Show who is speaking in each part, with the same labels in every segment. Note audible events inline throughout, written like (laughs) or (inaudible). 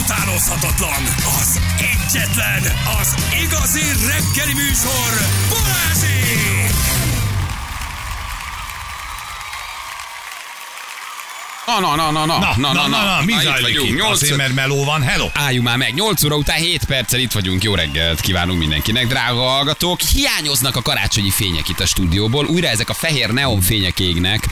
Speaker 1: utánozhatatlan, az egyetlen, az igazi reggeli műsor, Balázsi!
Speaker 2: Na, na, na, na, na,
Speaker 3: Na, na, na, na, na, mi zajlik itt? Azért,
Speaker 2: 8
Speaker 3: mert meló van, hello.
Speaker 2: Álljunk már meg, 8 óra után 7 perccel itt vagyunk. Jó reggelt kívánunk mindenkinek, drága hallgatók. Hiányoznak a karácsonyi fények itt a stúdióból. Újra ezek a fehér neon fények égnek.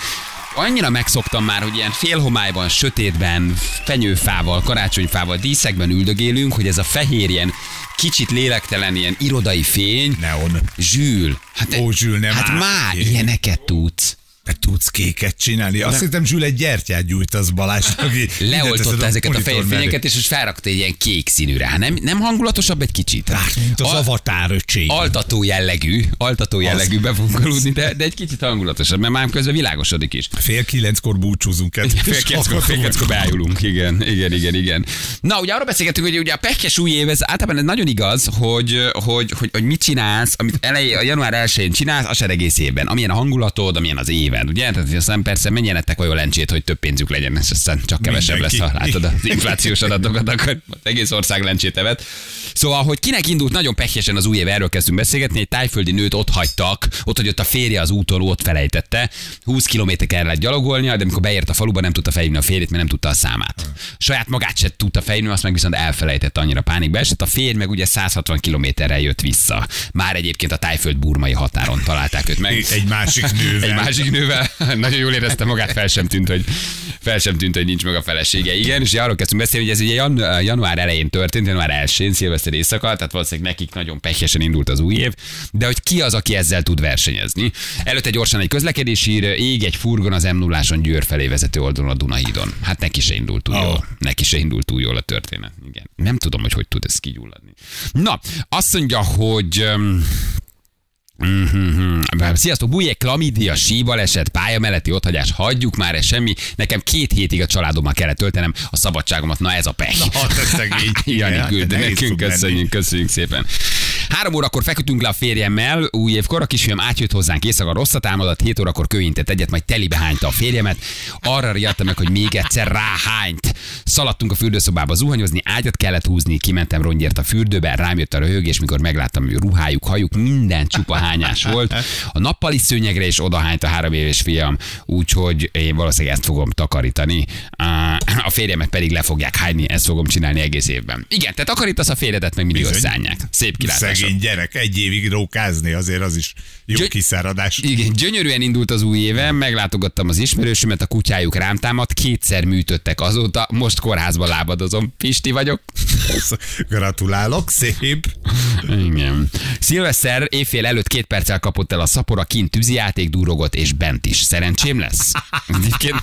Speaker 2: Annyira megszoktam már, hogy ilyen félhomályban, sötétben, fenyőfával, karácsonyfával, díszekben üldögélünk, hogy ez a fehér ilyen kicsit lélektelen ilyen irodai fény.
Speaker 3: Neon.
Speaker 2: Zsűl. Hát,
Speaker 3: Ó, Zsül, nem
Speaker 2: hát
Speaker 3: áll.
Speaker 2: már
Speaker 3: Én-
Speaker 2: ilyeneket tudsz.
Speaker 3: Te tudsz kéket csinálni. Azt hittem, Zsül egy gyertyát gyújtasz Balázs,
Speaker 2: (laughs)
Speaker 3: aki
Speaker 2: Leoltotta ezeket a fehér fényeket,
Speaker 3: fényeket.
Speaker 2: és most felrakta egy ilyen kék színűre. Hát Nem, nem hangulatosabb egy kicsit?
Speaker 3: Mint az
Speaker 2: Al-
Speaker 3: avatár öcsém.
Speaker 2: altató jellegű, altató jellegű befunkolódni, de, de egy kicsit hangulatosabb, mert már közben világosodik is.
Speaker 3: Fél kilenckor búcsúzunk el.
Speaker 2: Fél kettőkor, fél kettőkor beájulunk, igen, igen, igen, igen. Na, ugye arról beszélgetünk, hogy ugye a pekes új év, ez általában ez nagyon igaz, hogy, hogy, hogy, hogy mit csinálsz, amit elej, a január 1-én csinálsz, az se egész évben. Amilyen a hangulatod, amilyen az éved, ugye? Tehát hogy aztán persze menjenetek olyan lencsét, hogy több pénzük legyen, és aztán csak kevesebb
Speaker 3: Mindenki.
Speaker 2: lesz, ha látod az inflációs adatokat, akkor az egész ország lencsét evett. Szóval, hogy kinek indult nagyon pekesen az új év, erről kezdtünk beszélgetni, egy tájföldi nőt ott hagytak, ott, hogy ott a férje az úton, ott felejtette, 20 km kellett gyalogolnia, de amikor beért a faluba, nem tudta felhívni a férjét, mert nem tudta a számát. Saját magát se tudta felhívni, azt meg viszont elfelejtette, annyira pánikba esett, a férj meg ugye 160 kilométerre jött vissza. Már egyébként a tájföld-burmai határon találták őt meg.
Speaker 3: Egy másik nővel.
Speaker 2: Egy másik nővel (laughs) nagyon jól érezte magát, fel sem tűnt, hogy, fel sem tűnt, hogy nincs meg a felesége. Igen, és arról kezdtünk beszélni, hogy ez ugye jan, eh, január elején történt, január 1-én, szilveszter éjszaka, tehát valószínűleg nekik nagyon pehjesen indult az új év, de hogy ki az, aki ezzel tud versenyezni. Előtte gyorsan egy közlekedési hír, ég egy furgon az m 0 Győr felé vezető oldalon a Dunahídon. Hát neki se indult túl
Speaker 3: Ó.
Speaker 2: jól. Neki se indult túl jól a történet. Igen. Nem tudom, hogy hogy tud ez kigyulladni. Na, azt mondja, hogy... öm, Mhm. Sziasztok, bújjék, klamidia, síbaleset, pálya melletti otthagyás, hagyjuk már ez semmi. Nekem két hétig a családommal kellett töltenem a szabadságomat, na ez a pech.
Speaker 3: Na,
Speaker 2: (laughs)
Speaker 3: te szegény.
Speaker 2: Jani
Speaker 3: Ja,
Speaker 2: küld, de
Speaker 3: nehéz
Speaker 2: nekünk
Speaker 3: tud lenni.
Speaker 2: köszönjük, köszönjük szépen. Három órakor feküdtünk le a férjemmel, új évkor a kisfiam átjött hozzánk éjszaka, rosszat álmodott, hét órakor köintett egyet, majd telibe hányta a férjemet. Arra riadta meg, hogy még egyszer ráhányt. Szaladtunk a fürdőszobába zuhanyozni, ágyat kellett húzni, kimentem rongyért a fürdőbe, rám jött a röhögés, mikor megláttam, hogy ruhájuk, hajuk, minden csupa hányás volt. A nappali szőnyegre is odahányt a három éves fiam, úgyhogy én valószínűleg ezt fogom takarítani. Á, A férjemet pedig le fogják hányni, ezt fogom csinálni egész évben. Igen, te takarítasz a férjedet, meg mindig
Speaker 3: Bizony.
Speaker 2: összeállják. Szép kilátásod.
Speaker 3: Szegény gyerek, egy évig rókázni, azért az is jó
Speaker 2: Gy-
Speaker 3: kiszáradás.
Speaker 2: Igen, gyönyörűen indult az új évem, meglátogattam az ismerősömet, a kutyájuk rám támadt, kétszer műtöttek azóta, most kórházban lábadozom. Pisti vagyok.
Speaker 3: Gratulálok, szép.
Speaker 2: Igen. Szilveszter évfél előtt két perccel kapott el a szapora, kint tűzijáték durogott, és bent is. Szerencsém
Speaker 3: (laughs)
Speaker 2: lesz? Egyébként-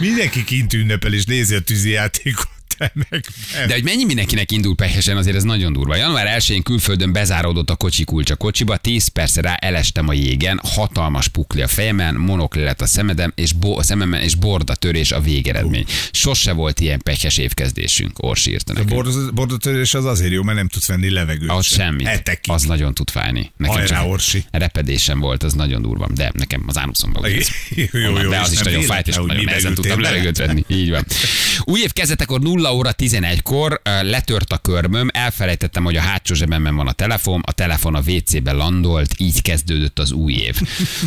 Speaker 3: Mindenki kint ünnepel és nézi a tűzijátékot, te meg nem.
Speaker 2: De hogy mennyi mindenkinek indul pehesen, azért ez nagyon durva. Január 1-én külföldön bezáródott a kocsi kulcs a kocsiba, 10 perc rá elestem a jégen, hatalmas pukli a fejemen, monokli lett a szemedem, és bo- a szememen, és borda törés a végeredmény. Sose volt ilyen pehes évkezdésünk, Ors írta
Speaker 3: A
Speaker 2: nekünk.
Speaker 3: bord- bordatörés az azért jó, mert nem tudsz venni levegőt.
Speaker 2: Ahhoz
Speaker 3: sem.
Speaker 2: semmit.
Speaker 3: Hetekig.
Speaker 2: Az nagyon tud fájni.
Speaker 3: E Hajrá,
Speaker 2: csak
Speaker 3: Orsi.
Speaker 2: Repedésem volt, az nagyon durva. De nekem az ánuszomban volt.
Speaker 3: Jó, jó,
Speaker 2: Onnan,
Speaker 3: jó,
Speaker 2: hát
Speaker 3: és
Speaker 2: de az is
Speaker 3: nem
Speaker 2: nagyon
Speaker 3: véletlen,
Speaker 2: fájt, és
Speaker 3: hogy
Speaker 2: nagyon
Speaker 3: mibe
Speaker 2: nehezen
Speaker 3: ültél
Speaker 2: tudtam
Speaker 3: bele.
Speaker 2: levegőt venni. Így van. Új év kezdetekor 0 óra 11-kor ö, letört a körmöm, elfelejtettem, hogy a hátsó zsebemben van a telefon, a telefon a WC-be landolt, így kezdődött az új év.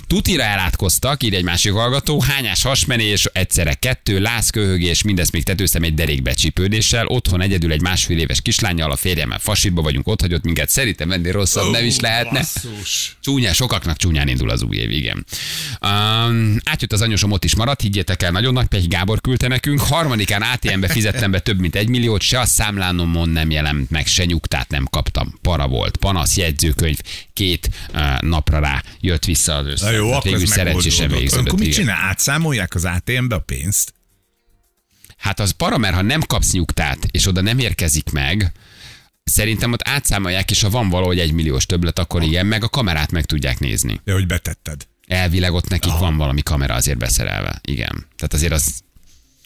Speaker 2: Tutira elátkoztak, így egy másik hallgató, hányás hasmenés, egyszerre kettő, lázköhögés, mindezt még tetőztem egy derékbe csípődéssel, otthon egyedül egy másfél éves kislányjal, a férjemmel fasírba vagyunk, ott hagyott minket, szerintem ennél rosszabb nem is lehetne.
Speaker 3: Basszus.
Speaker 2: Csúnya, sokaknak csúnyán indul az új év, igen. Um, átjött az anyósom, ott is maradt, higgyétek el, nagyon nagy, pedig Gábor küldte nekünk. Harmadikán ATM-be fizettem be több mint egy milliót, se a számlánomon nem jelent meg, se nyugtát nem kaptam. Para volt, panasz, jegyzőkönyv, két uh, napra rá jött vissza az össze.
Speaker 3: Na jó, akkor
Speaker 2: Hát végül
Speaker 3: ez
Speaker 2: szerencsésen
Speaker 3: megoldódott. Akkor
Speaker 2: végződött.
Speaker 3: mit
Speaker 2: igen.
Speaker 3: csinál? Átszámolják az ATM-be a pénzt?
Speaker 2: Hát az para, mert ha nem kapsz nyugtát, és oda nem érkezik meg, szerintem ott átszámolják, és ha van valahogy egy milliós többlet, akkor igen, meg a kamerát meg tudják nézni.
Speaker 3: De hogy betetted.
Speaker 2: Elvileg ott nekik van valami kamera azért beszerelve. Igen. Tehát azért az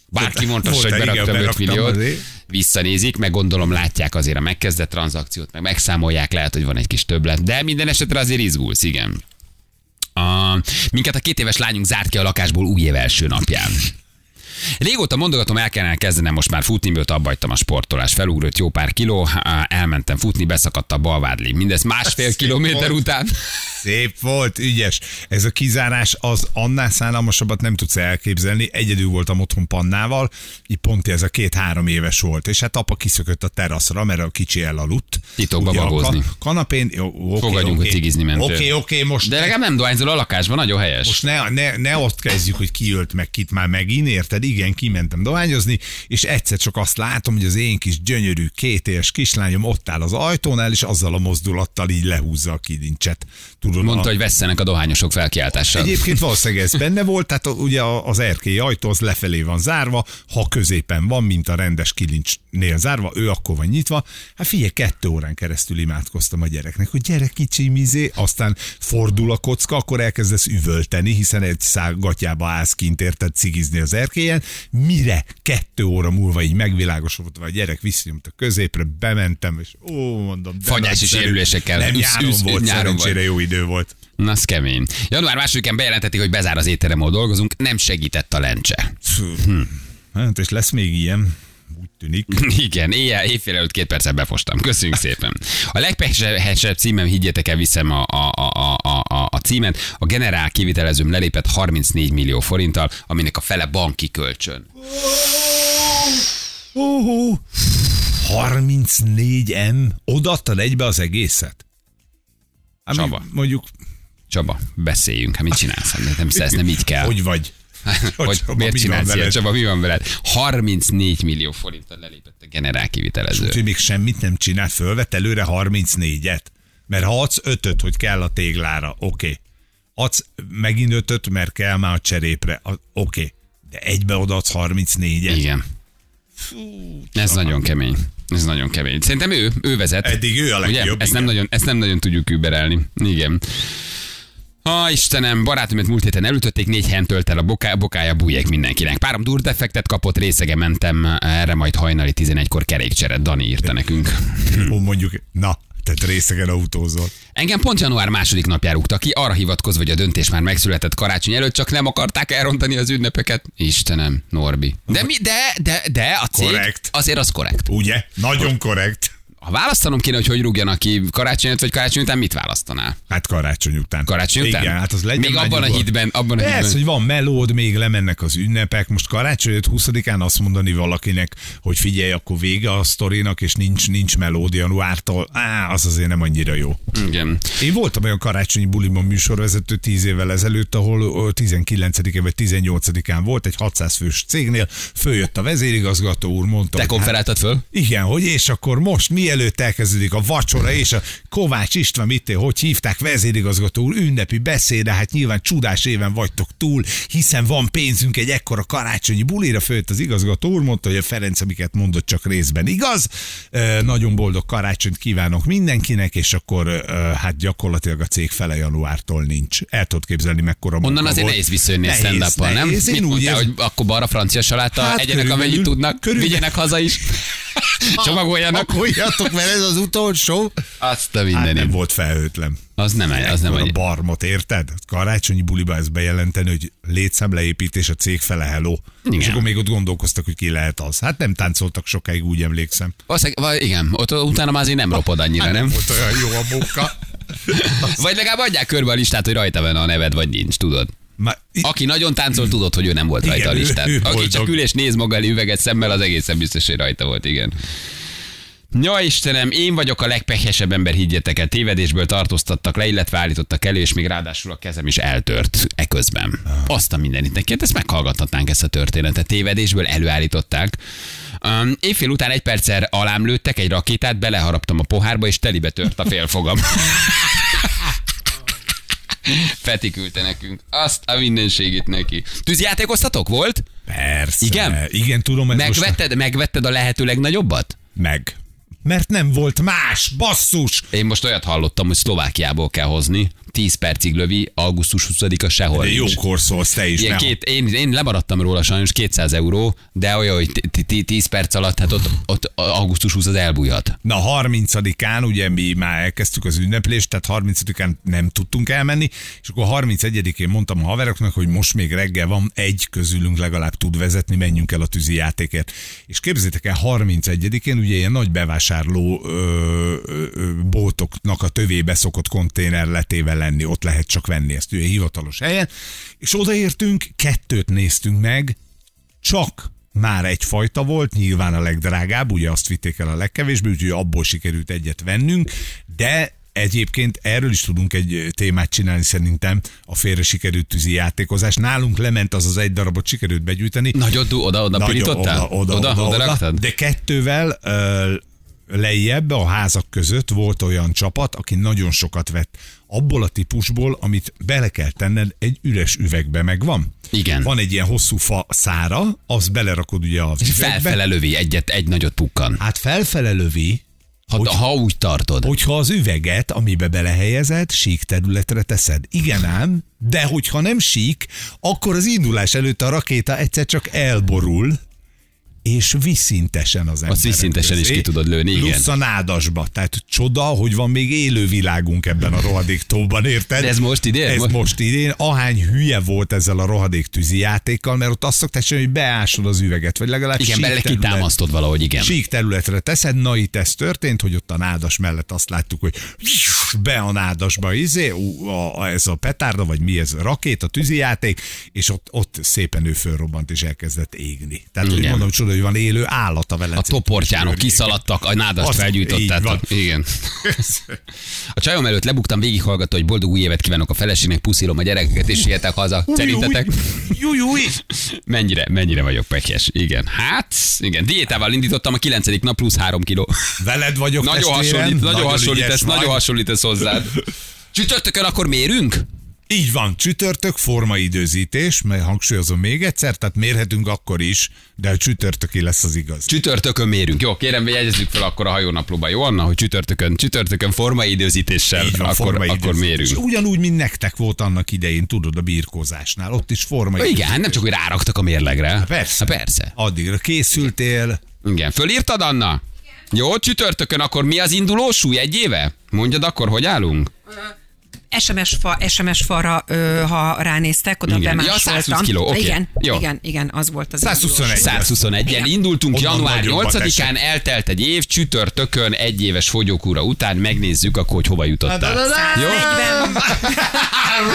Speaker 2: bárki mondhassa, hogy
Speaker 3: Volt-e? Igen,
Speaker 2: beraktam 5
Speaker 3: beraktam
Speaker 2: milliót,
Speaker 3: azért.
Speaker 2: visszanézik, meg gondolom látják azért a megkezdett tranzakciót, meg megszámolják, lehet, hogy van egy kis többlet, de minden esetre azért izgulsz, igen. A, minket a két éves lányunk zárt ki a lakásból új év első napján. Régóta mondogatom, el kellene kezdenem most már futni, mióta abbahagytam a sportolás. Felugrott jó pár kiló, á, elmentem futni, beszakadt a balvádli. Mindez másfél
Speaker 3: Szép
Speaker 2: kilométer
Speaker 3: volt.
Speaker 2: után.
Speaker 3: Szép volt, ügyes. Ez a kizárás az annál szállalmasabbat nem tudsz elképzelni. Egyedül voltam otthon Pannával, így pont ez a két-három éves volt. És hát apa kiszökött a teraszra, mert a kicsi elaludt.
Speaker 2: Titokba
Speaker 3: Ugye a ka-
Speaker 2: bagózni.
Speaker 3: Kanapén, jó, oké,
Speaker 2: Fogadjunk,
Speaker 3: oké.
Speaker 2: hogy cigizni mentél.
Speaker 3: Oké, oké, most...
Speaker 2: De legalább nem dohányzol a lakásban, nagyon helyes.
Speaker 3: Most ne, ne, ne ott kezdjük, hogy ki ölt meg kit már megint, érted? Igen, kimentem dohányozni, és egyszer csak azt látom, hogy az én kis gyönyörű két éves kislányom ott áll az ajtónál, és azzal a mozdulattal így lehúzza a kilincset. Tudod,
Speaker 2: Mondta,
Speaker 3: a...
Speaker 2: hogy vesszenek a dohányosok felkiáltással.
Speaker 3: Egyébként valószínűleg ez benne volt, tehát a- ugye a- az erkély ajtó az lefelé van zárva, ha középen van, mint a rendes kilincsnél zárva, ő akkor van nyitva. Hát figyelj, kettő órán keresztül imádkoztam a gyereknek, hogy gyere kicsi mizé, aztán fordul a kocka, akkor elkezdesz üvölteni, hiszen egy szág gatyába állsz kint, érted cigizni az erkélyen. Mire kettő óra múlva így megvilágosodva a gyerek visszajött a középre, bementem, és ó, mondom, de
Speaker 2: Fagyási
Speaker 3: nagyszerű.
Speaker 2: sérülésekkel.
Speaker 3: Nem,
Speaker 2: Üsz,
Speaker 3: nyáron
Speaker 2: üsz,
Speaker 3: volt,
Speaker 2: nyáron volt.
Speaker 3: szerencsére jó idő volt.
Speaker 2: Na, az kemény. Január másodikán bejelentették, hogy bezár az étterem, ahol dolgozunk. Nem segített a lencse. (laughs)
Speaker 3: Hm. Hát, és lesz még ilyen, úgy tűnik.
Speaker 2: Igen, éjjel, éjfél előtt két percet befostam. Köszönjük szépen. A legpehesebb címem, higgyetek el, viszem a, a, a, a, a, a címet. A generál kivitelezőm lelépett 34 millió forinttal, aminek a fele banki kölcsön.
Speaker 3: Óhó! 34 M? Odaadtad egybe az egészet? Hát mi-
Speaker 2: Csaba.
Speaker 3: Mondjuk,
Speaker 2: Csaba, beszéljünk, hát mit csinálsz? Hát Nem, ez nem így kell.
Speaker 3: hogy vagy?
Speaker 2: hogy
Speaker 3: Csaba,
Speaker 2: miért
Speaker 3: mi
Speaker 2: csinálsz
Speaker 3: van
Speaker 2: ilyet,
Speaker 3: veled?
Speaker 2: Csaba, mi van veled? 34 millió forinttal lelépett a generál kivitelező.
Speaker 3: Úgyhogy még semmit nem csinál, fölvet előre 34-et. Mert ha adsz ötöt, hogy kell a téglára, oké. Okay. Adsz megint ötöt, mert kell már a cserépre, a- oké. Okay. De egybe odaadsz 34-et.
Speaker 2: Igen. Ez nagyon kemény. Ez nagyon kemény. Szerintem ő, ő vezet.
Speaker 3: Eddig ő a
Speaker 2: Ugye?
Speaker 3: legjobb.
Speaker 2: Ezt nem,
Speaker 3: igen.
Speaker 2: nagyon, ezt nem nagyon tudjuk überelni. Igen. Ha Istenem, barátomat múlt héten elütötték, négy helyen tölt el a boká, bokája bújék mindenkinek. Párom durdefektet kapott, részege mentem, erre majd hajnali 11-kor kerékcseret, Dani írta nekünk.
Speaker 3: Hm. Ó, mondjuk, na, tehát részegen autózol.
Speaker 2: Engem pont január második napján rúgta ki, arra hivatkozva, hogy a döntés már megszületett karácsony előtt, csak nem akarták elrontani az ünnepeket. Istenem, Norbi. De mi, de, de, de a cég
Speaker 3: Korrekt.
Speaker 2: azért az korrekt.
Speaker 3: Ugye? Nagyon korrekt.
Speaker 2: Ha választanom kéne, hogy hogy rúgjanak ki karácsony előtt vagy karácsony után, mit választanál?
Speaker 3: Hát karácsony után.
Speaker 2: Karácsony után?
Speaker 3: Igen, hát az legyen
Speaker 2: Még
Speaker 3: már
Speaker 2: abban a
Speaker 3: nyugodt.
Speaker 2: hitben, abban a hitben.
Speaker 3: Persze, hogy van melód, még lemennek az ünnepek. Most karácsony előtt 20-án azt mondani valakinek, hogy figyelj, akkor vége a sztorinak, és nincs, nincs melód januártól, á, az azért nem annyira jó.
Speaker 2: Igen.
Speaker 3: Én voltam olyan karácsonyi bulimon műsorvezető 10 évvel ezelőtt, ahol ö, 19-én vagy 18-án volt egy 600 fős cégnél, följött a vezérigazgató úr, mondta,
Speaker 2: Te
Speaker 3: hogy hát
Speaker 2: konferáltad föl?
Speaker 3: Igen, hogy és akkor most mielőtt elkezdődik a vacsora, és a Kovács István itt, hogy hívták, vezérigazgató úr, ünnepi beszéde, hát nyilván csodás éven vagytok túl, hiszen van pénzünk egy ekkora karácsonyi bulira, főtt az igazgató úr, mondta, hogy a Ferenc, amiket mondott, csak részben igaz. Ö, Nagyon boldog karácsonyt kívánok mindenkinek, és akkor ö, ö, hát gyakorlatilag a cég fele januártól nincs. El tudod képzelni, mekkora
Speaker 2: Onnan
Speaker 3: munka
Speaker 2: azért
Speaker 3: volt.
Speaker 2: nehéz visszajönni a stand up nem?
Speaker 3: nehéz. Én
Speaker 2: Mit
Speaker 3: úgy
Speaker 2: mondtál,
Speaker 3: érzem-
Speaker 2: hogy akkor balra francia saláta,
Speaker 3: Hát,
Speaker 2: egyenek
Speaker 3: körülbelül.
Speaker 2: amennyit tudnak,
Speaker 3: Körülbelül.
Speaker 2: vigyenek haza
Speaker 3: (laughs)
Speaker 2: is, csomagoljanak.
Speaker 3: Pakoljatok, mert ez az utolsó.
Speaker 2: Azt a
Speaker 3: Hát nem
Speaker 2: mindenit.
Speaker 3: volt felhőtlen.
Speaker 2: Az nem, az nem
Speaker 3: Ekkora
Speaker 2: egy.
Speaker 3: barmot, érted? Karácsonyi buliba ezt bejelenteni, hogy létszámleépítés a cég fele hello.
Speaker 2: Igen.
Speaker 3: És akkor még ott gondolkoztak, hogy ki lehet az. Hát nem táncoltak sokáig, úgy emlékszem.
Speaker 2: Valószínűleg- vagy igen, ott utána már azért nem ropod annyira, nem?
Speaker 3: Hát, Volt olyan jó a munka.
Speaker 2: Vagy legalább adják körbe a listát, hogy rajta van a neved, vagy nincs, tudod.
Speaker 3: Már itt
Speaker 2: Aki nagyon táncol, tudod, hogy ő nem volt
Speaker 3: Igen,
Speaker 2: rajta a
Speaker 3: ő-
Speaker 2: listán.
Speaker 3: ő
Speaker 2: Aki
Speaker 3: boldog.
Speaker 2: csak ül és néz maga elé üveget szemmel, az egészen biztos, hogy rajta volt, igen. Ja Istenem, én vagyok a legpehesebb ember, higgyetek el. Tévedésből tartóztattak le, illetve állítottak elő, és még ráadásul a kezem is eltört eközben.
Speaker 3: Ah.
Speaker 2: Azt a mindenit neki. Hát ezt meghallgathatnánk ezt a történetet. Tévedésből előállították. Um, éjfél után egy perccel alám lőttek egy rakétát, beleharaptam a pohárba, és telibe tört a félfogam. (laughs) Feti küldte nekünk. Azt a mindenségét neki. Tűzjátékoztatok volt?
Speaker 3: persze.
Speaker 2: Igen?
Speaker 3: Igen, tudom, ez most
Speaker 2: Megvetted, megvetted a lehető legnagyobbat?
Speaker 3: meg. Mert nem volt más, basszus!
Speaker 2: Én most olyat hallottam, hogy Szlovákiából kell hozni. 10 percig lövi, augusztus 20-a sehol.
Speaker 3: De
Speaker 2: nincs.
Speaker 3: jókor szólsz te is.
Speaker 2: Ilyen
Speaker 3: ne
Speaker 2: két, én, én lemaradtam róla sajnos 200 euró, de olyan, hogy ti- ti- 10 perc alatt, hát ott, ott augusztus 20 az elbújhat.
Speaker 3: Na 30-án ugye mi már elkezdtük az ünneplést, tehát 30-án nem tudtunk elmenni, és akkor 31-én mondtam a haveroknak, hogy most még reggel van, egy közülünk legalább tud vezetni, menjünk el a tűzi játékért. És képzétek el, 31-én ugye ilyen nagy bevásárló ö, ö, ö, boltoknak a tövébe szokott konténer letéve lenni, ott lehet csak venni ezt ugye hivatalos helyen, és odaértünk, kettőt néztünk meg, csak már egyfajta volt, nyilván a legdrágább, ugye azt vitték el a legkevésbé, úgyhogy abból sikerült egyet vennünk, de Egyébként erről is tudunk egy témát csinálni szerintem, a félre sikerült tűzi játékozás. Nálunk lement az az egy darabot, sikerült begyűjteni.
Speaker 2: Nagyon du- oda-oda
Speaker 3: Nagyon
Speaker 2: pirítottál?
Speaker 3: Oda, oda, oda, oda, oda,
Speaker 2: raktad?
Speaker 3: de kettővel ö, lejjebb a házak között volt olyan csapat, aki nagyon sokat vett abból a típusból, amit bele kell tenned egy üres üvegbe, megvan?
Speaker 2: Igen.
Speaker 3: Van egy ilyen hosszú fa szára, az belerakod ugye a
Speaker 2: És
Speaker 3: üvegbe.
Speaker 2: felfele lövi egyet, egy nagyot pukkan.
Speaker 3: Hát felfele lövi,
Speaker 2: Ha, ha úgy tartod.
Speaker 3: hogyha az üveget, amibe belehelyezed, sík területre teszed. Igen ám, de hogyha nem sík, akkor az indulás előtt a rakéta egyszer csak elborul, és vízszintesen az ember.
Speaker 2: vízszintesen is ki tudod lőni, igen.
Speaker 3: Plusz a nádasba. Tehát csoda, hogy van még élő világunk ebben a rohadék tóban, érted?
Speaker 2: De ez most idén?
Speaker 3: Ez
Speaker 2: Most-
Speaker 3: most idén. Ahány hülye volt ezzel a rohadék tűzi játékkal, mert ott azt szoktál csinálni, hogy beásod az üveget, vagy legalább
Speaker 2: Igen,
Speaker 3: sík
Speaker 2: bele
Speaker 3: terület-
Speaker 2: kitámasztod valahogy, igen.
Speaker 3: sík területre teszed, na itt ez történt, hogy ott a nádas mellett azt láttuk, hogy be a nádasba izé, ú, a, a, ez a petárda, vagy mi ez, a rakéta, tűzijáték, és ott, ott szépen ő fölrobbant, és elkezdett égni. Tehát, hogy
Speaker 2: Igen.
Speaker 3: mondom, csoda, hogy van élő állat a
Speaker 2: A
Speaker 3: Velencén.
Speaker 2: toportjánok
Speaker 3: Tüskörnyéken.
Speaker 2: kiszaladtak, a nádast
Speaker 3: Az- így van.
Speaker 2: felgyújtottátok.
Speaker 3: (laughs)
Speaker 2: Igen. A csajom előtt lebuktam, végighallgatta, hogy boldog új évet kívánok a feleségnek, puszilom a gyerekeket, és siettek haza. Szerintetek?
Speaker 3: Júj, júj.
Speaker 2: Mennyire, mennyire vagyok pekes? Igen. Hát, igen. Diétával indítottam a 9. nap plusz 3 kiló.
Speaker 3: Veled vagyok,
Speaker 2: Nagyon
Speaker 3: testvérem,
Speaker 2: hasonlít, nagyon hasonlít,
Speaker 3: ügyes
Speaker 2: ez,
Speaker 3: vagy.
Speaker 2: nagyon hasonlít ez hozzád. Csütörtökön akkor mérünk?
Speaker 3: Így van, csütörtök formaidőzítés, mert hangsúlyozom még egyszer, tehát mérhetünk akkor is, de a csütörtöki lesz az igaz.
Speaker 2: Csütörtökön mérünk. Jó, kérem, jegyezzük fel akkor a hajónaplóba, jó Anna, hogy csütörtökön, csütörtökön formai időzítéssel,
Speaker 3: Így van,
Speaker 2: akkor,
Speaker 3: formai
Speaker 2: akkor
Speaker 3: időzítés.
Speaker 2: mérünk.
Speaker 3: És ugyanúgy, mint nektek volt annak idején, tudod, a birkózásnál, ott is formai.
Speaker 2: Igen, hát nem csak, hogy ráraktak a mérlegre. Há
Speaker 3: Hát Persze.
Speaker 2: Há persze.
Speaker 3: Addigra
Speaker 2: (laughs)
Speaker 3: készültél,
Speaker 2: Igen. Fölírtad, Anna? Jó, csütörtökön akkor mi az induló súly egy éve? Mondjad akkor, hogy állunk?
Speaker 4: SMS, fa, SMS falra, ö, ha ránéztek, oda
Speaker 2: Igen. Ja,
Speaker 4: igen.
Speaker 2: 120 kiló, oké.
Speaker 4: Igen,
Speaker 2: Jó.
Speaker 4: igen, igen, az volt az.
Speaker 3: 121.
Speaker 4: indulós.
Speaker 2: 121-en
Speaker 4: Igen.
Speaker 2: indultunk,
Speaker 3: Onnan
Speaker 2: január
Speaker 3: nagyobbat
Speaker 2: 8-án
Speaker 3: esett.
Speaker 2: eltelt egy év, csütörtökön egy éves fogyókúra után megnézzük akkor, hogy hova
Speaker 3: Hát
Speaker 2: jutottál. Jó?
Speaker 4: 140.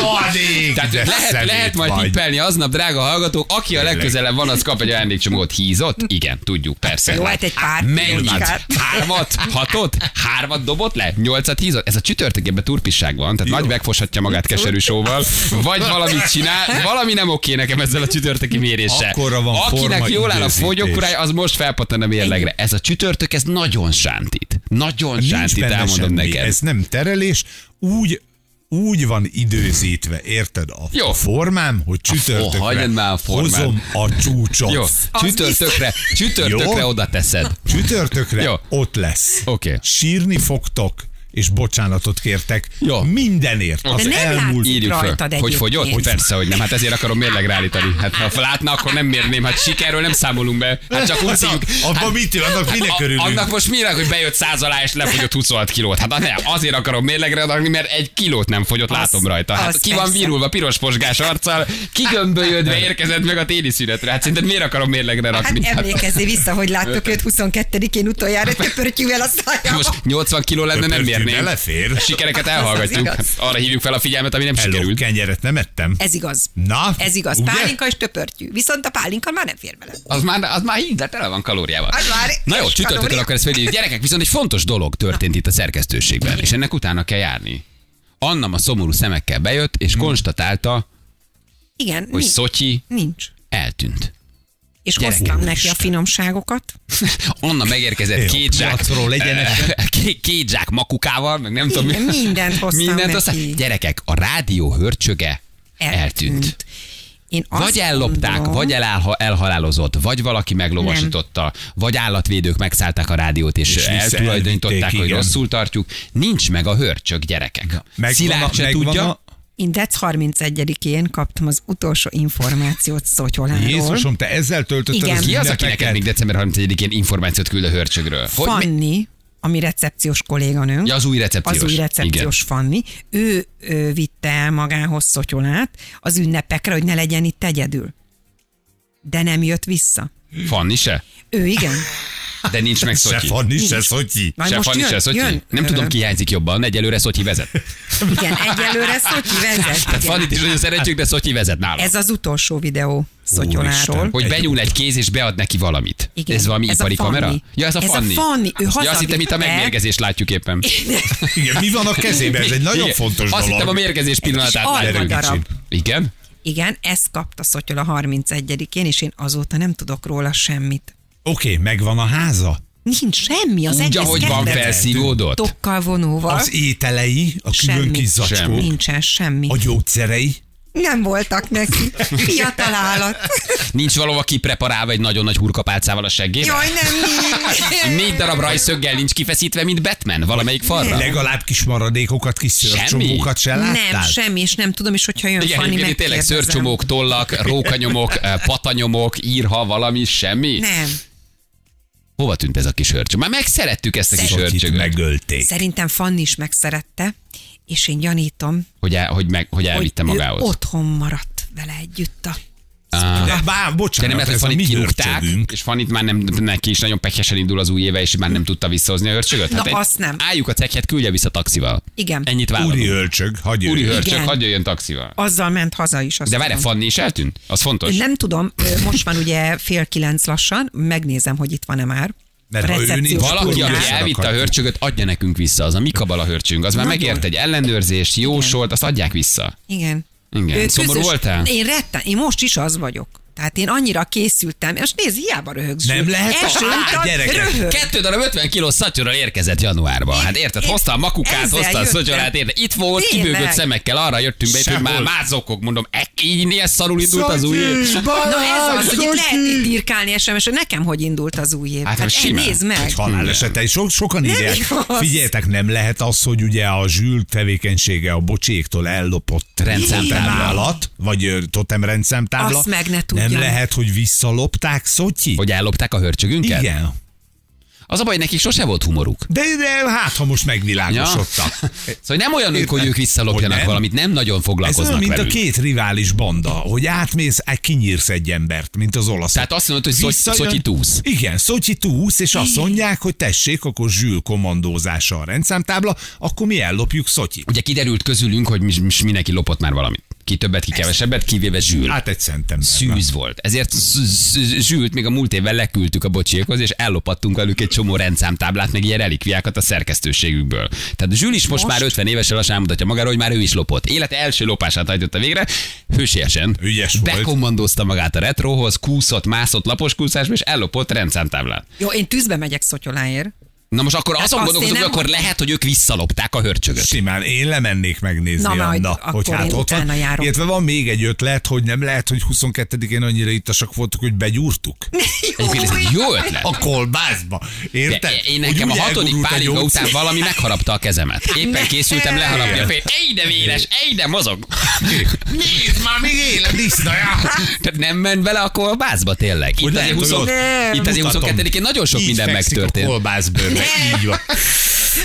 Speaker 3: Rohadék!
Speaker 2: Tehát
Speaker 3: de
Speaker 2: lehet,
Speaker 3: szemét
Speaker 2: lehet majd
Speaker 3: vagy.
Speaker 2: tippelni aznap, drága hallgatók, aki a legközelebb van, az kap egy ajándékcsomagot. Hízott? Igen, tudjuk, persze.
Speaker 4: Jó, hát egy pár
Speaker 2: Mennyit?
Speaker 4: pillanat.
Speaker 2: Hármat? Hatot? Hármat dobott le? Nyolcat hízott? Ez a csütörtök, ebben turpisság van, tehát nagy megfoshatja magát keserű sóval, vagy valamit csinál, valami nem oké nekem ezzel a csütörtöki méréssel.
Speaker 3: Akkora van
Speaker 2: Akinek
Speaker 3: forma
Speaker 2: jól áll a
Speaker 3: időzítés.
Speaker 2: fogyókurája, az most felpattan a mérlegre. Ez a csütörtök, ez nagyon sántít. Nagyon
Speaker 3: Nincs
Speaker 2: sántít,
Speaker 3: benne
Speaker 2: elmondom
Speaker 3: semmi.
Speaker 2: neked.
Speaker 3: Ez nem terelés, úgy úgy van időzítve, érted? A
Speaker 2: Jó.
Speaker 3: Jó. formám, hogy
Speaker 2: fo-
Speaker 3: csütörtökre
Speaker 2: hagyjad már a formát.
Speaker 3: hozom a csúcsot.
Speaker 2: Jó,
Speaker 3: Jó.
Speaker 2: csütörtökre, csütörtökre
Speaker 3: Jó.
Speaker 2: oda teszed.
Speaker 3: Csütörtökre
Speaker 2: Jó.
Speaker 3: ott lesz.
Speaker 2: Oké.
Speaker 3: Sírni fogtok, és bocsánatot kértek
Speaker 2: Jó.
Speaker 3: mindenért. Az
Speaker 4: De nem
Speaker 3: elmúlt
Speaker 4: látszik.
Speaker 2: Írjuk fel.
Speaker 4: rajtad
Speaker 2: Hogy
Speaker 4: egyébként.
Speaker 2: fogyott? Hogy persze, hogy nem. Hát ezért akarom mérlegre állítani. Hát ha látna, akkor nem mérném. Hát sikerről nem számolunk be. Hát csak úgy szívjuk.
Speaker 3: Abban
Speaker 2: Hát,
Speaker 3: mit jön? Annak minek
Speaker 2: a,
Speaker 3: örülünk?
Speaker 2: annak most miért, hogy bejött 100 alá és lefogyott 26 kilót? Hát nem, azért akarom mérlegre adni, mert egy kilót nem fogyott, látom rajta. Hát
Speaker 4: az
Speaker 2: ki van
Speaker 4: persze.
Speaker 2: virulva piros posgás arccal, kigömbölyödve érkezett meg a téli szünetre. Hát szerinted miért akarom mérlegre
Speaker 4: Hát
Speaker 2: rakni?
Speaker 4: emlékezzé vissza, hogy láttuk őt 22-én
Speaker 2: (laughs)
Speaker 4: utoljára egy töpörtyűvel a szájába.
Speaker 2: most 80 kiló lenne, nem
Speaker 3: Öpörtyű
Speaker 2: mérném.
Speaker 3: belefér.
Speaker 2: Sikereket elhallgatjuk.
Speaker 4: Az
Speaker 2: Hát
Speaker 4: igaz.
Speaker 2: arra hívjuk fel a figyelmet, ami nem
Speaker 3: Hello,
Speaker 2: sikerült.
Speaker 3: kenyeret nem ettem.
Speaker 4: Ez igaz.
Speaker 3: Na,
Speaker 4: Ez igaz.
Speaker 3: ugye?
Speaker 4: Pálinka és töpörtyű. Viszont a pálinka már nem fér bele.
Speaker 2: Az már, az már így, de tele van kalóriával.
Speaker 4: Az már
Speaker 2: Na jó,
Speaker 4: Hát és
Speaker 2: csütörtökön
Speaker 4: kalória.
Speaker 2: akkor ezt felírjuk. Gyerekek, viszont egy fontos dolog történt itt a szerkesztőségben, és ennek utána kell járni. Anna a szomorú szemekkel bejött,
Speaker 3: Hmm.
Speaker 2: és konstatálta,
Speaker 4: Igen,
Speaker 2: hogy
Speaker 4: nincs.
Speaker 2: Szotyi
Speaker 4: nincs.
Speaker 2: eltűnt.
Speaker 4: És
Speaker 2: Gyerekek,
Speaker 4: hoztam neki
Speaker 2: úristen.
Speaker 4: a finomságokat.
Speaker 2: Anna megérkezett
Speaker 3: Jó,
Speaker 2: két zsák,
Speaker 3: piacról legyenek.
Speaker 2: Ké- (laughs) két zsák makukával, meg nem tudom
Speaker 4: Igen, mindent hoztam
Speaker 2: mindent
Speaker 4: neki.
Speaker 2: Gyerekek, a rádió hörcsöge eltűnt. eltűnt.
Speaker 4: Én azt
Speaker 2: Vagy ellopták,
Speaker 4: mondom,
Speaker 2: vagy elálha, elhalálozott, vagy valaki meglovasította, vagy állatvédők megszállták a rádiót, és,
Speaker 3: És
Speaker 2: és
Speaker 3: vissza
Speaker 2: eltulajdonították,
Speaker 3: elvitték,
Speaker 2: hogy
Speaker 3: igen.
Speaker 2: rosszul tartjuk. Nincs meg a hörcsök gyerekek. Szilárd se tudja.
Speaker 3: A...
Speaker 4: Én dec 31-én kaptam az utolsó információt Szotyoláról.
Speaker 3: Jézusom, te ezzel töltötted
Speaker 4: Igen.
Speaker 3: az
Speaker 2: Ki az, aki
Speaker 3: ünnepeket?
Speaker 2: neked még december 31-én információt küld a hörcsögről? Hogy mi?
Speaker 4: Fanni, ami recepciós kolléganőnk.
Speaker 2: Ja, az új recepciós.
Speaker 4: Az új recepciós Fanni. Ő, ő vitte el magához Szotyolát az ünnepekre, hogy ne legyen itt egyedül. De nem jött vissza.
Speaker 2: Igen. Fanni se?
Speaker 4: Ő igen.
Speaker 2: De nincs meg
Speaker 3: Se
Speaker 2: Szotyi.
Speaker 3: Fanni, se Szotyi.
Speaker 4: Majd
Speaker 2: Se
Speaker 4: most
Speaker 2: Fanni,
Speaker 4: jön,
Speaker 2: se Szotyi.
Speaker 4: jön.
Speaker 2: Nem
Speaker 4: Ö,
Speaker 2: tudom, ki hiányzik jobban. Egyelőre Szotyi vezet.
Speaker 4: Igen, egyelőre Szotyi vezet.
Speaker 2: Tehát
Speaker 4: igen.
Speaker 2: Fannit is nagyon szeretjük, de Szotyi vezet nála.
Speaker 4: Ez az utolsó videó Szotyoláról.
Speaker 2: Hogy benyúl egy kéz és bead neki valamit.
Speaker 4: Igen.
Speaker 2: Ez valami
Speaker 4: Ez a
Speaker 2: ipari
Speaker 4: Fanni.
Speaker 2: kamera? Ja, ez a
Speaker 4: Ez a
Speaker 2: Fanni.
Speaker 4: Fanni. Ő
Speaker 2: ja, azt hittem, itt a
Speaker 4: hazavitte.
Speaker 2: megmérgezést látjuk éppen.
Speaker 3: Igen, mi van a kezében? Ez egy nagyon
Speaker 2: Igen.
Speaker 3: fontos
Speaker 2: Azt hittem a
Speaker 3: dolog.
Speaker 2: mérgezés pillanatát
Speaker 4: alma
Speaker 2: látjuk.
Speaker 4: darab.
Speaker 2: Igen?
Speaker 4: Igen, ezt kapta Szotyola 31-én, és én azóta nem tudok róla semmit.
Speaker 3: Oké, megvan a háza.
Speaker 4: Nincs semmi, az
Speaker 2: Úgy,
Speaker 4: egész
Speaker 2: ahogy van
Speaker 4: kedvenc
Speaker 2: felszívódott.
Speaker 4: tokkal vonóval.
Speaker 3: Az ételei, a külön
Speaker 4: Semmi.
Speaker 3: kis zacskó,
Speaker 2: Semmi.
Speaker 4: Nincsen semmi.
Speaker 3: a gyógyszerei.
Speaker 4: Nem voltak neki. Fiatal állat.
Speaker 2: Nincs valahol kipreparálva egy nagyon nagy hurkapálcával a seggével?
Speaker 4: Jaj, nem nincs.
Speaker 2: Négy darab rajszöggel nincs kifeszítve, mint Batman valamelyik falra?
Speaker 3: Legalább kis maradékokat, kis
Speaker 2: Semmi?
Speaker 3: szörcsomókat se láttál?
Speaker 4: Nem, semmi, és nem tudom is, hogyha jön
Speaker 2: Igen,
Speaker 4: Fanni,
Speaker 2: egyébként itt tényleg
Speaker 4: megkérdezem.
Speaker 2: szörcsomók, tollak, rókanyomok, eh, patanyomok, írha, valami, semmi.
Speaker 4: Nem.
Speaker 2: Hova tűnt ez a kis hörcsög? Már megszerettük ezt a kis
Speaker 3: Szottyit
Speaker 2: hörcsögöt.
Speaker 3: megölték.
Speaker 4: Szerintem Fanni is megszerette, és én gyanítom,
Speaker 2: Hogy, el, hogy, meg, hogy
Speaker 4: hogy
Speaker 2: elvitte
Speaker 4: ő
Speaker 2: magához.
Speaker 4: otthon maradt vele együtt a
Speaker 3: De bár,
Speaker 2: De
Speaker 3: bocsánat,
Speaker 2: nem lehet, hogy
Speaker 3: Hát ez a
Speaker 2: Fanit
Speaker 3: mi
Speaker 2: kirúgták,
Speaker 3: hörcsögünk.
Speaker 2: és Fanit már nem, neki is nagyon pekesen indul az új éve, és már nem tudta visszahozni a hörcsögöt. Hát
Speaker 4: Na, azt nem.
Speaker 2: Álljuk a cekhet, küldje vissza taxival.
Speaker 4: Igen.
Speaker 2: Ennyit vállalunk.
Speaker 3: Úri hörcsög, hagyj
Speaker 2: Úri
Speaker 3: jöjjön.
Speaker 2: hörcsög,
Speaker 4: Igen.
Speaker 2: hagyja jön taxival.
Speaker 4: azzal ment haza is. Azt
Speaker 2: De várj,
Speaker 4: tudom.
Speaker 2: Fanni is eltűnt? Az fontos.
Speaker 4: Én nem tudom, ö, most van ugye fél kilenc lassan, megnézem, hogy itt van-e már.
Speaker 3: Mert ha ő
Speaker 4: Recepciós
Speaker 3: nincs,
Speaker 2: Valaki,
Speaker 4: kurnál.
Speaker 2: aki
Speaker 3: Vissza
Speaker 2: elvitte a
Speaker 3: akartuk.
Speaker 2: hörcsögöt, adja nekünk vissza. Az a mi kabala hörcsünk. Az már
Speaker 4: Nagyon.
Speaker 2: megért egy ellenőrzést, jósolt, azt adják vissza.
Speaker 4: Igen.
Speaker 2: Igen. Szomorú voltál?
Speaker 4: Én retten, én most is az vagyok. Tehát én annyira készültem, és nézd, hiába röhögsz.
Speaker 3: Nem lehet az-
Speaker 4: Esőt
Speaker 3: Á,
Speaker 4: a
Speaker 3: gyerekek!
Speaker 4: röhög.
Speaker 2: Kettő darab 50 kiló szatyorral érkezett januárban. Hát érted,
Speaker 4: Én-
Speaker 2: hozta a makukát,
Speaker 4: ezzel
Speaker 2: hozta a
Speaker 4: jöttem.
Speaker 2: szatyorát, érted? Itt volt,
Speaker 4: Tényleg.
Speaker 2: kibőgött szemekkel, arra jöttünk be, itt, hogy
Speaker 3: Sehol.
Speaker 2: már mázokok, mondom, e, így ilyen szarul indult az új év. e-
Speaker 4: Na ez az, hogy itt lehet itt írkálni sms -en. nekem hogy indult az új év.
Speaker 2: Hát,
Speaker 4: Hát,
Speaker 2: hát
Speaker 4: hát e,
Speaker 2: simán.
Speaker 4: nézd meg.
Speaker 3: Egy halálesete, so, sokan írják.
Speaker 4: igaz.
Speaker 3: Figyeljetek, nem lehet az, hogy ugye a zsűl tevékenysége a bocséktól ellopott
Speaker 2: Rendszámtábla.
Speaker 3: totemállat, vagy ö, totemrendszámtábla.
Speaker 4: Azt meg ne tudjam.
Speaker 3: Nem lehet, hogy visszalopták, Szotyi?
Speaker 2: Hogy ellopták a hörcsögünket?
Speaker 3: Igen.
Speaker 2: Az a baj, nekik sose volt humoruk.
Speaker 3: De, de hát, ha most megvilágosodtak.
Speaker 2: Szóval nem olyanok, hogy ők
Speaker 3: Hogy
Speaker 2: visszalopjanak
Speaker 3: nem?
Speaker 2: valamit, nem nagyon
Speaker 3: Ez olyan,
Speaker 2: foglalkoznak
Speaker 3: mint a
Speaker 2: velük.
Speaker 3: két rivális banda, hogy átmész, á, kinyírsz egy embert, mint az olasz.
Speaker 2: Tehát azt mondod, hogy Szoty-
Speaker 3: Visszajön-
Speaker 2: Szotyi túsz.
Speaker 3: Igen, Szotyi túsz, és azt mondják, hogy tessék, akkor zsűl kommandózása a rendszámtábla, akkor mi ellopjuk Szotyit.
Speaker 2: Ugye kiderült közülünk, hogy mi- mi- mindenki lopott már valamit. Ki többet, ki kevesebbet, kivéve Zsűl.
Speaker 3: Hát egy szentember.
Speaker 2: szűz volt. Ezért sz- sz- zsült még a múlt évvel leküldtük a bocsiékhoz, és ellopattunk velük egy csomó rendszámtáblát, meg ilyen relikviákat a szerkesztőségükből. Tehát zsűl is most, most? már 50 évesen lassan elmutatja magáról, hogy már ő is lopott. Élete első lopását hajtotta végre, hősiesen.
Speaker 3: Ügyes volt.
Speaker 2: Bekommandozta magát a retrohoz, kúszott, mászott laposkúszásba, és ellopott rendszámtáblát.
Speaker 4: Jó, én tűzbe megyek Szotyoláért.
Speaker 2: Na most akkor
Speaker 4: Hát
Speaker 2: azon
Speaker 4: azt én
Speaker 2: gondolkozunk, hogy
Speaker 4: nem-
Speaker 2: akkor lehet, hogy ők visszalopták a hörcsögöt.
Speaker 3: Simán, én lemennék megnézni
Speaker 4: Na, majd
Speaker 3: Anna,
Speaker 4: akkor
Speaker 3: hogy hát
Speaker 4: én
Speaker 3: ott van.
Speaker 4: utána járok.
Speaker 3: Illetve van még egy ötlet, hogy nem lehet, hogy 22-én annyira ittasak voltak, hogy begyúrtuk.
Speaker 2: Egyébként ez egy jó ötlet.
Speaker 3: A kolbászba.
Speaker 2: De
Speaker 3: Érted?
Speaker 2: én nekem a
Speaker 3: Hogy úgy
Speaker 2: hatodik
Speaker 3: elgurult Hát a
Speaker 2: pálinka
Speaker 3: gyógyszer.
Speaker 2: után valami megharapta a kezemet. Éppen készültem leharapni a fél. Ej, de véres, ej, de mozog.
Speaker 3: Nézd már, még él a disznaja.
Speaker 2: Tehát nem ment bele a kolbászba tényleg. Itt
Speaker 3: Hogy lehet,
Speaker 2: azért,
Speaker 3: hogy
Speaker 2: 20,
Speaker 3: ott-
Speaker 2: itt azért
Speaker 3: Mutatom.
Speaker 2: 22-én nagyon sok
Speaker 3: Így
Speaker 2: minden
Speaker 3: fekszik A
Speaker 2: megtörtént.
Speaker 3: kolbászbőrbe, így van.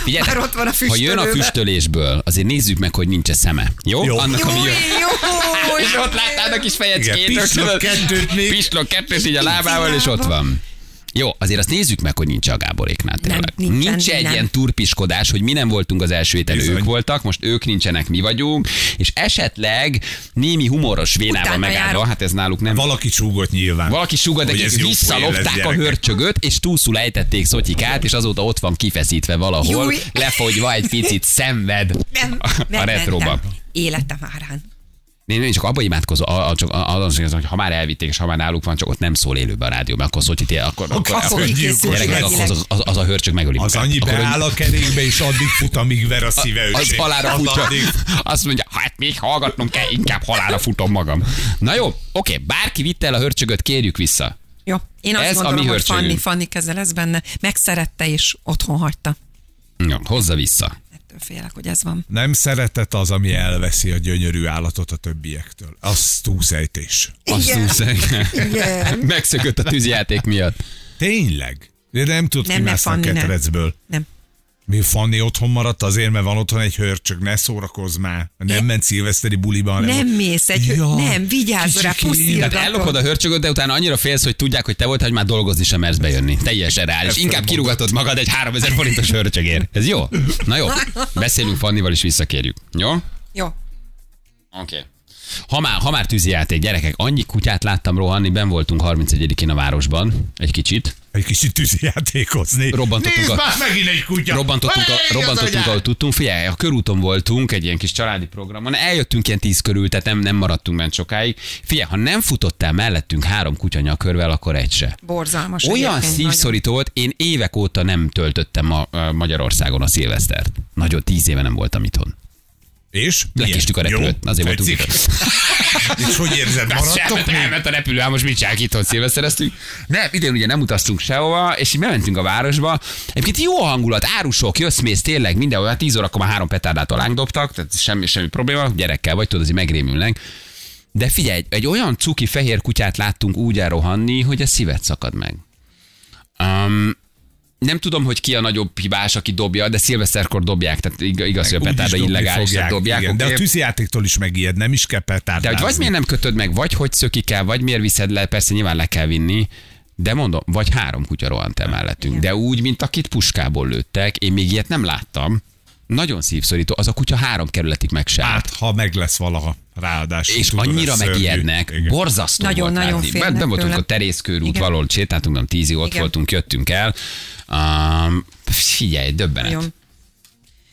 Speaker 2: Figyeljetek,
Speaker 4: Már ott van a
Speaker 2: ha jön a
Speaker 4: füstölőbe.
Speaker 2: füstölésből, azért nézzük meg, hogy nincs-e szeme. Jó?
Speaker 3: Jó.
Speaker 2: Annak, ami
Speaker 4: Jó,
Speaker 2: jön.
Speaker 4: jó,
Speaker 2: És ott láttál a kis fejecskét.
Speaker 3: Igen, pislog
Speaker 2: tudod?
Speaker 3: kettőt még.
Speaker 2: Pislog kettőt így a lábával, és ott van. Jó, azért azt nézzük meg, hogy nincs a Gáboréknál tényleg.
Speaker 4: nincsen,
Speaker 2: nincs egy
Speaker 4: nem.
Speaker 2: ilyen turpiskodás, hogy mi nem voltunk az első étel,
Speaker 3: Bizony.
Speaker 2: ők voltak, most ők nincsenek, mi vagyunk, és esetleg némi humoros vénával
Speaker 4: Utána
Speaker 2: megállva,
Speaker 4: járok.
Speaker 2: hát ez náluk nem.
Speaker 3: Valaki csúgott nyilván.
Speaker 2: Valaki sugat,
Speaker 3: Hogy ez
Speaker 2: nekik
Speaker 3: jó poén
Speaker 2: visszalopták
Speaker 3: lesz,
Speaker 2: a
Speaker 3: gyerekek.
Speaker 2: hörcsögöt, és túlszul ejtették Szotyikát, és azóta ott van kifeszítve valahol,
Speaker 4: Júj.
Speaker 2: lefogyva egy picit, szenved
Speaker 4: Nem,
Speaker 2: a
Speaker 4: nem
Speaker 2: retróba.
Speaker 4: mentem. Életem árán.
Speaker 2: Én, én csak abba imádkozom, a, a, csak a- azon szíves, hogy ha már elvitték, és ha már náluk van, csak ott nem szól élőben a rádió, mert akkor szólt, hogy akkor, akkor,
Speaker 3: az
Speaker 2: akkor,
Speaker 3: egy gyilkos
Speaker 2: gyerekek,
Speaker 3: lesz.
Speaker 2: akkor az, az, az, a hörcsök megöli
Speaker 3: Az
Speaker 2: magát.
Speaker 3: annyi
Speaker 2: Akkor, hogy-
Speaker 3: beáll a kerékbe, és addig fut, amíg ver a szíve
Speaker 2: az
Speaker 3: öcsém.
Speaker 2: halára
Speaker 3: Addig-
Speaker 2: futja. Azt mondja, hát még hallgatnom kell, inkább halára futom magam. Na jó, oké, bárki vitte el a hörcsögöt, kérjük vissza.
Speaker 4: Jó, én azt
Speaker 2: Ez a mi
Speaker 4: gondolom, hogy
Speaker 2: hörcsögünk.
Speaker 4: Fanni, Fanni keze lesz benne. Megszerette és otthon hagyta.
Speaker 2: Jó, hozza vissza.
Speaker 4: Ettől félek, hogy ez van.
Speaker 3: Nem szeretet az, ami elveszi a gyönyörű állatot a többiektől. Az túlszejtés.
Speaker 2: Azt
Speaker 4: Igen.
Speaker 2: úszek.
Speaker 4: Igen.
Speaker 2: (laughs) Megszökött a tűzjáték miatt.
Speaker 3: Tényleg? De nem tud
Speaker 4: Nem, ne,
Speaker 3: kimászni a
Speaker 4: Fanni, ne.
Speaker 3: ketrecből.
Speaker 4: Nem.
Speaker 3: Mi Fanni otthon maradt azért, mert van otthon egy hörcsög, ne szórakozz már. Nem ment szilveszteri buliba, hanem
Speaker 4: Nem
Speaker 3: ott-
Speaker 4: mész egy- nem, vigyázz rá,
Speaker 3: kicsikém.
Speaker 4: puszilgat.
Speaker 2: Tehát ellopod a hörcsögöt, de utána annyira félsz, hogy tudják, hogy te volt, hogy már dolgozni sem mersz bejönni. Teljesen reális. Inkább kirugatod magad egy 3000 forintos hörcsögért. Ez jó? Na jó. Beszélünk Fannival is visszakérjük. Jó? Oké.
Speaker 4: Jó.
Speaker 2: Okay. Ha már, ha már tűzijáték, gyerekek, annyi kutyát láttam rohanni, ben voltunk 31-én a városban, egy kicsit.
Speaker 3: Egy kicsit tűzijátékozni.
Speaker 2: Robbantottunk
Speaker 3: Nézd
Speaker 2: a-
Speaker 3: már, megint egy kutya.
Speaker 2: Robbantottunk,
Speaker 3: Hey,
Speaker 2: a,
Speaker 3: az
Speaker 2: robbantottunk
Speaker 3: agyát.
Speaker 2: ahol tudtunk. Figyelj, a körúton voltunk, egy ilyen kis családi programon. Eljöttünk ilyen tíz körül, tehát nem, nem maradtunk bent sokáig. Figyelj, ha nem futottál mellettünk három kutya nyakörvel, akkor egy se.
Speaker 4: Borzalmas.
Speaker 2: Olyan
Speaker 4: egyébként
Speaker 2: szívszorító volt, én évek óta nem töltöttem ma, ö, Magyarországon a szilvesztert. Nagyon tíz éve nem voltam itthon.
Speaker 3: És? Milyen?
Speaker 2: Lekistük a
Speaker 3: Jó?
Speaker 2: repülőt, azért voltunk
Speaker 3: Tetszik? (laughs)
Speaker 2: itthon.
Speaker 3: És hogy érzed, maradtok
Speaker 2: Semmit
Speaker 3: még?
Speaker 2: elment a repülő, hát most mit csinálják itthon szilvesztereztünk. Nem, idén ugye nem utaztunk sehova, és így bementünk a városba. Egyébként jó a hangulat, árusok, jössz, mész, tényleg mindenhol, hát 10 órakor már három petárdát alánk dobtak, tehát semmi, semmi probléma, gyerekkel vagy, tudod, azért megrémülnek. De figyelj, egy- egy olyan cuki fehér kutyát láttunk úgy elrohanni, hogy a szíved szakad meg. Um, nem tudom, hogy ki a nagyobb hibás, aki dobja, de szilveszterkor dobják, tehát ig- igaz, hogy a
Speaker 3: Úgy is
Speaker 2: petárda
Speaker 3: dobni
Speaker 2: illegális,
Speaker 3: fogják,
Speaker 2: tehát dobják.
Speaker 3: igen, de a
Speaker 2: oké.
Speaker 3: tűzjátéktól is megijed, nem is kell petárdát.
Speaker 2: De hogy vagy miért nem kötöd meg, vagy hogy szökik el, vagy miért viszed le, persze nyilván le kell vinni, de mondom, vagy három kutya rohant el mellettünk, de úgy, mint akit puskából lőttek, én még ilyet nem láttam. Nagyon szívszorító, az a kutya három kerületig meg se állt.
Speaker 3: Hát, ha meg lesz valaha, ráadásul.
Speaker 2: És
Speaker 3: tudod,
Speaker 2: annyira
Speaker 3: ez szörnyű.
Speaker 2: megijednek,
Speaker 3: Igen.
Speaker 2: borzasztó
Speaker 4: Nagyon-
Speaker 2: volt
Speaker 4: nagyon
Speaker 2: látni.
Speaker 4: félnek
Speaker 2: Be, be voltunk
Speaker 4: tőle.
Speaker 2: a terészkörút,
Speaker 4: Igen.
Speaker 2: valahol sétáltunk, nem tízi, ott
Speaker 4: Igen.
Speaker 2: voltunk, jöttünk el. Um, figyelj, döbbenet.
Speaker 4: Nagyon.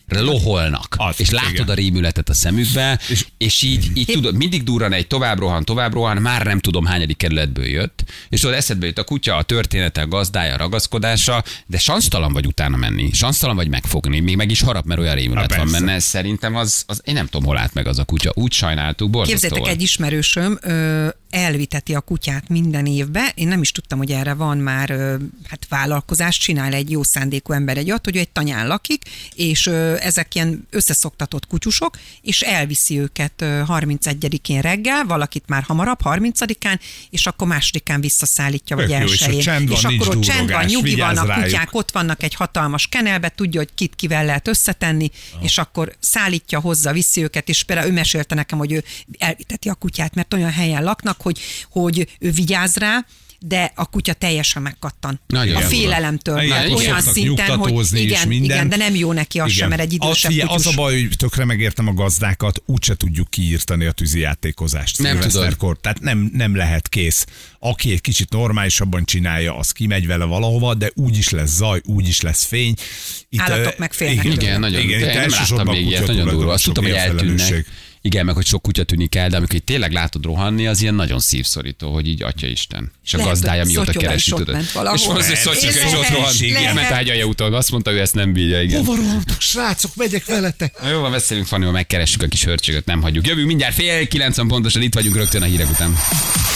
Speaker 2: loholnak,
Speaker 3: Az,
Speaker 2: és látod
Speaker 3: igen.
Speaker 2: a rémületet a szemükbe, és, és így, így tudod, mindig durran egy, tovább rohan, tovább rohan, már nem tudom hányadik kerületből jött, és tudod, eszedbe jött a kutya, a története, a gazdája, a ragaszkodása, de sansztalan vagy utána menni, sansztalan vagy megfogni, még meg is harap, mert olyan rémület
Speaker 3: Há,
Speaker 2: van
Speaker 3: persze.
Speaker 2: benne, Ez szerintem az, az, én nem tudom, hol állt meg az a kutya, úgy sajnáltuk, borzasztó
Speaker 4: Képzeljétek,
Speaker 2: volt.
Speaker 4: egy ismerősöm ö, elviteti a kutyát minden évbe. Én nem is tudtam, hogy erre van már ö, hát vállalkozást, csinál egy jó szándékú ember egy olyat, hogy ő egy tanyán lakik, és ö, ezek ilyen összeszoktatott kutyusok, és elviszi őket ö, 31-én reggel, valakit már hamarabb, 30-án, és akkor másodikán visszaszállítja, vagy
Speaker 3: Tök jó, és
Speaker 4: elsőjén.
Speaker 3: ott csend van,
Speaker 4: és akkor
Speaker 3: nincs
Speaker 4: ott csend van,
Speaker 3: dúrogás,
Speaker 4: nyugi van,
Speaker 3: vigyázz
Speaker 4: a
Speaker 3: rájuk.
Speaker 4: kutyák ott vannak egy hatalmas kenelbe, tudja, hogy kit kivel lehet összetenni, és akkor szállítja, hozza, viszi őket, és például ő mesélte nekem, hogy ő elviteti a kutyát, mert olyan helyen laknak, hogy, hogy ő vigyáz rá, de a kutya teljesen megkattan.
Speaker 2: Nagyon
Speaker 4: a
Speaker 2: jó.
Speaker 4: félelemtől.
Speaker 3: Igen,
Speaker 4: már
Speaker 3: ott
Speaker 4: olyan
Speaker 3: szoktak
Speaker 4: szinten, hogy
Speaker 3: nyugtatózni és
Speaker 4: igen,
Speaker 3: minden.
Speaker 4: igen, de nem jó neki az sem, mert egy
Speaker 3: az,
Speaker 4: idősebb
Speaker 3: figyelj, az
Speaker 4: kutyus.
Speaker 3: a baj, hogy tökre megértem a gazdákat, úgyse tudjuk kiírtani a tűzi játékozást.
Speaker 2: Nem
Speaker 3: szilveszterkor. Tehát nem, nem lehet kész. Aki egy kicsit normálisabban csinálja, az kimegy vele valahova, de úgy is lesz zaj, úgy is lesz fény. Itt,
Speaker 4: Állatok
Speaker 3: ö,
Speaker 4: meg félnek
Speaker 3: Igen,
Speaker 4: tőle.
Speaker 2: Igen, nagyon.
Speaker 3: igen,
Speaker 2: Igen,
Speaker 3: itt
Speaker 2: én nem láttam
Speaker 3: elsősorban
Speaker 2: még ilyet, nagyon
Speaker 3: kutyatulajdonosok
Speaker 2: durva. Azt tudtam, hogy
Speaker 3: a felelősség.
Speaker 2: eltűnnek. Igen, meg hogy sok kutya tűnik el, de amikor itt tényleg látod rohanni, az ilyen nagyon szívszorító, hogy így atya Isten. És a
Speaker 4: Lehet,
Speaker 2: gazdája
Speaker 4: hogy
Speaker 2: mióta
Speaker 4: Szotyóban
Speaker 2: keresi,
Speaker 4: is ott
Speaker 2: tudod.
Speaker 4: ment valahol.
Speaker 2: És az, hogy
Speaker 3: Lehet,
Speaker 2: Szotyóka is
Speaker 3: lehet,
Speaker 2: ott rohan,
Speaker 3: lehet.
Speaker 2: ment ágyalja úton. Azt mondta, ő ezt nem bírja, igen.
Speaker 3: Hova rohantok, srácok, megyek veletek?
Speaker 2: Na, Jó van, beszélünk Fannival, megkeressük a kis hörcsögöt, nem hagyjuk. Jövünk mindjárt fél kilencen pontosan, itt vagyunk rögtön a hírek után.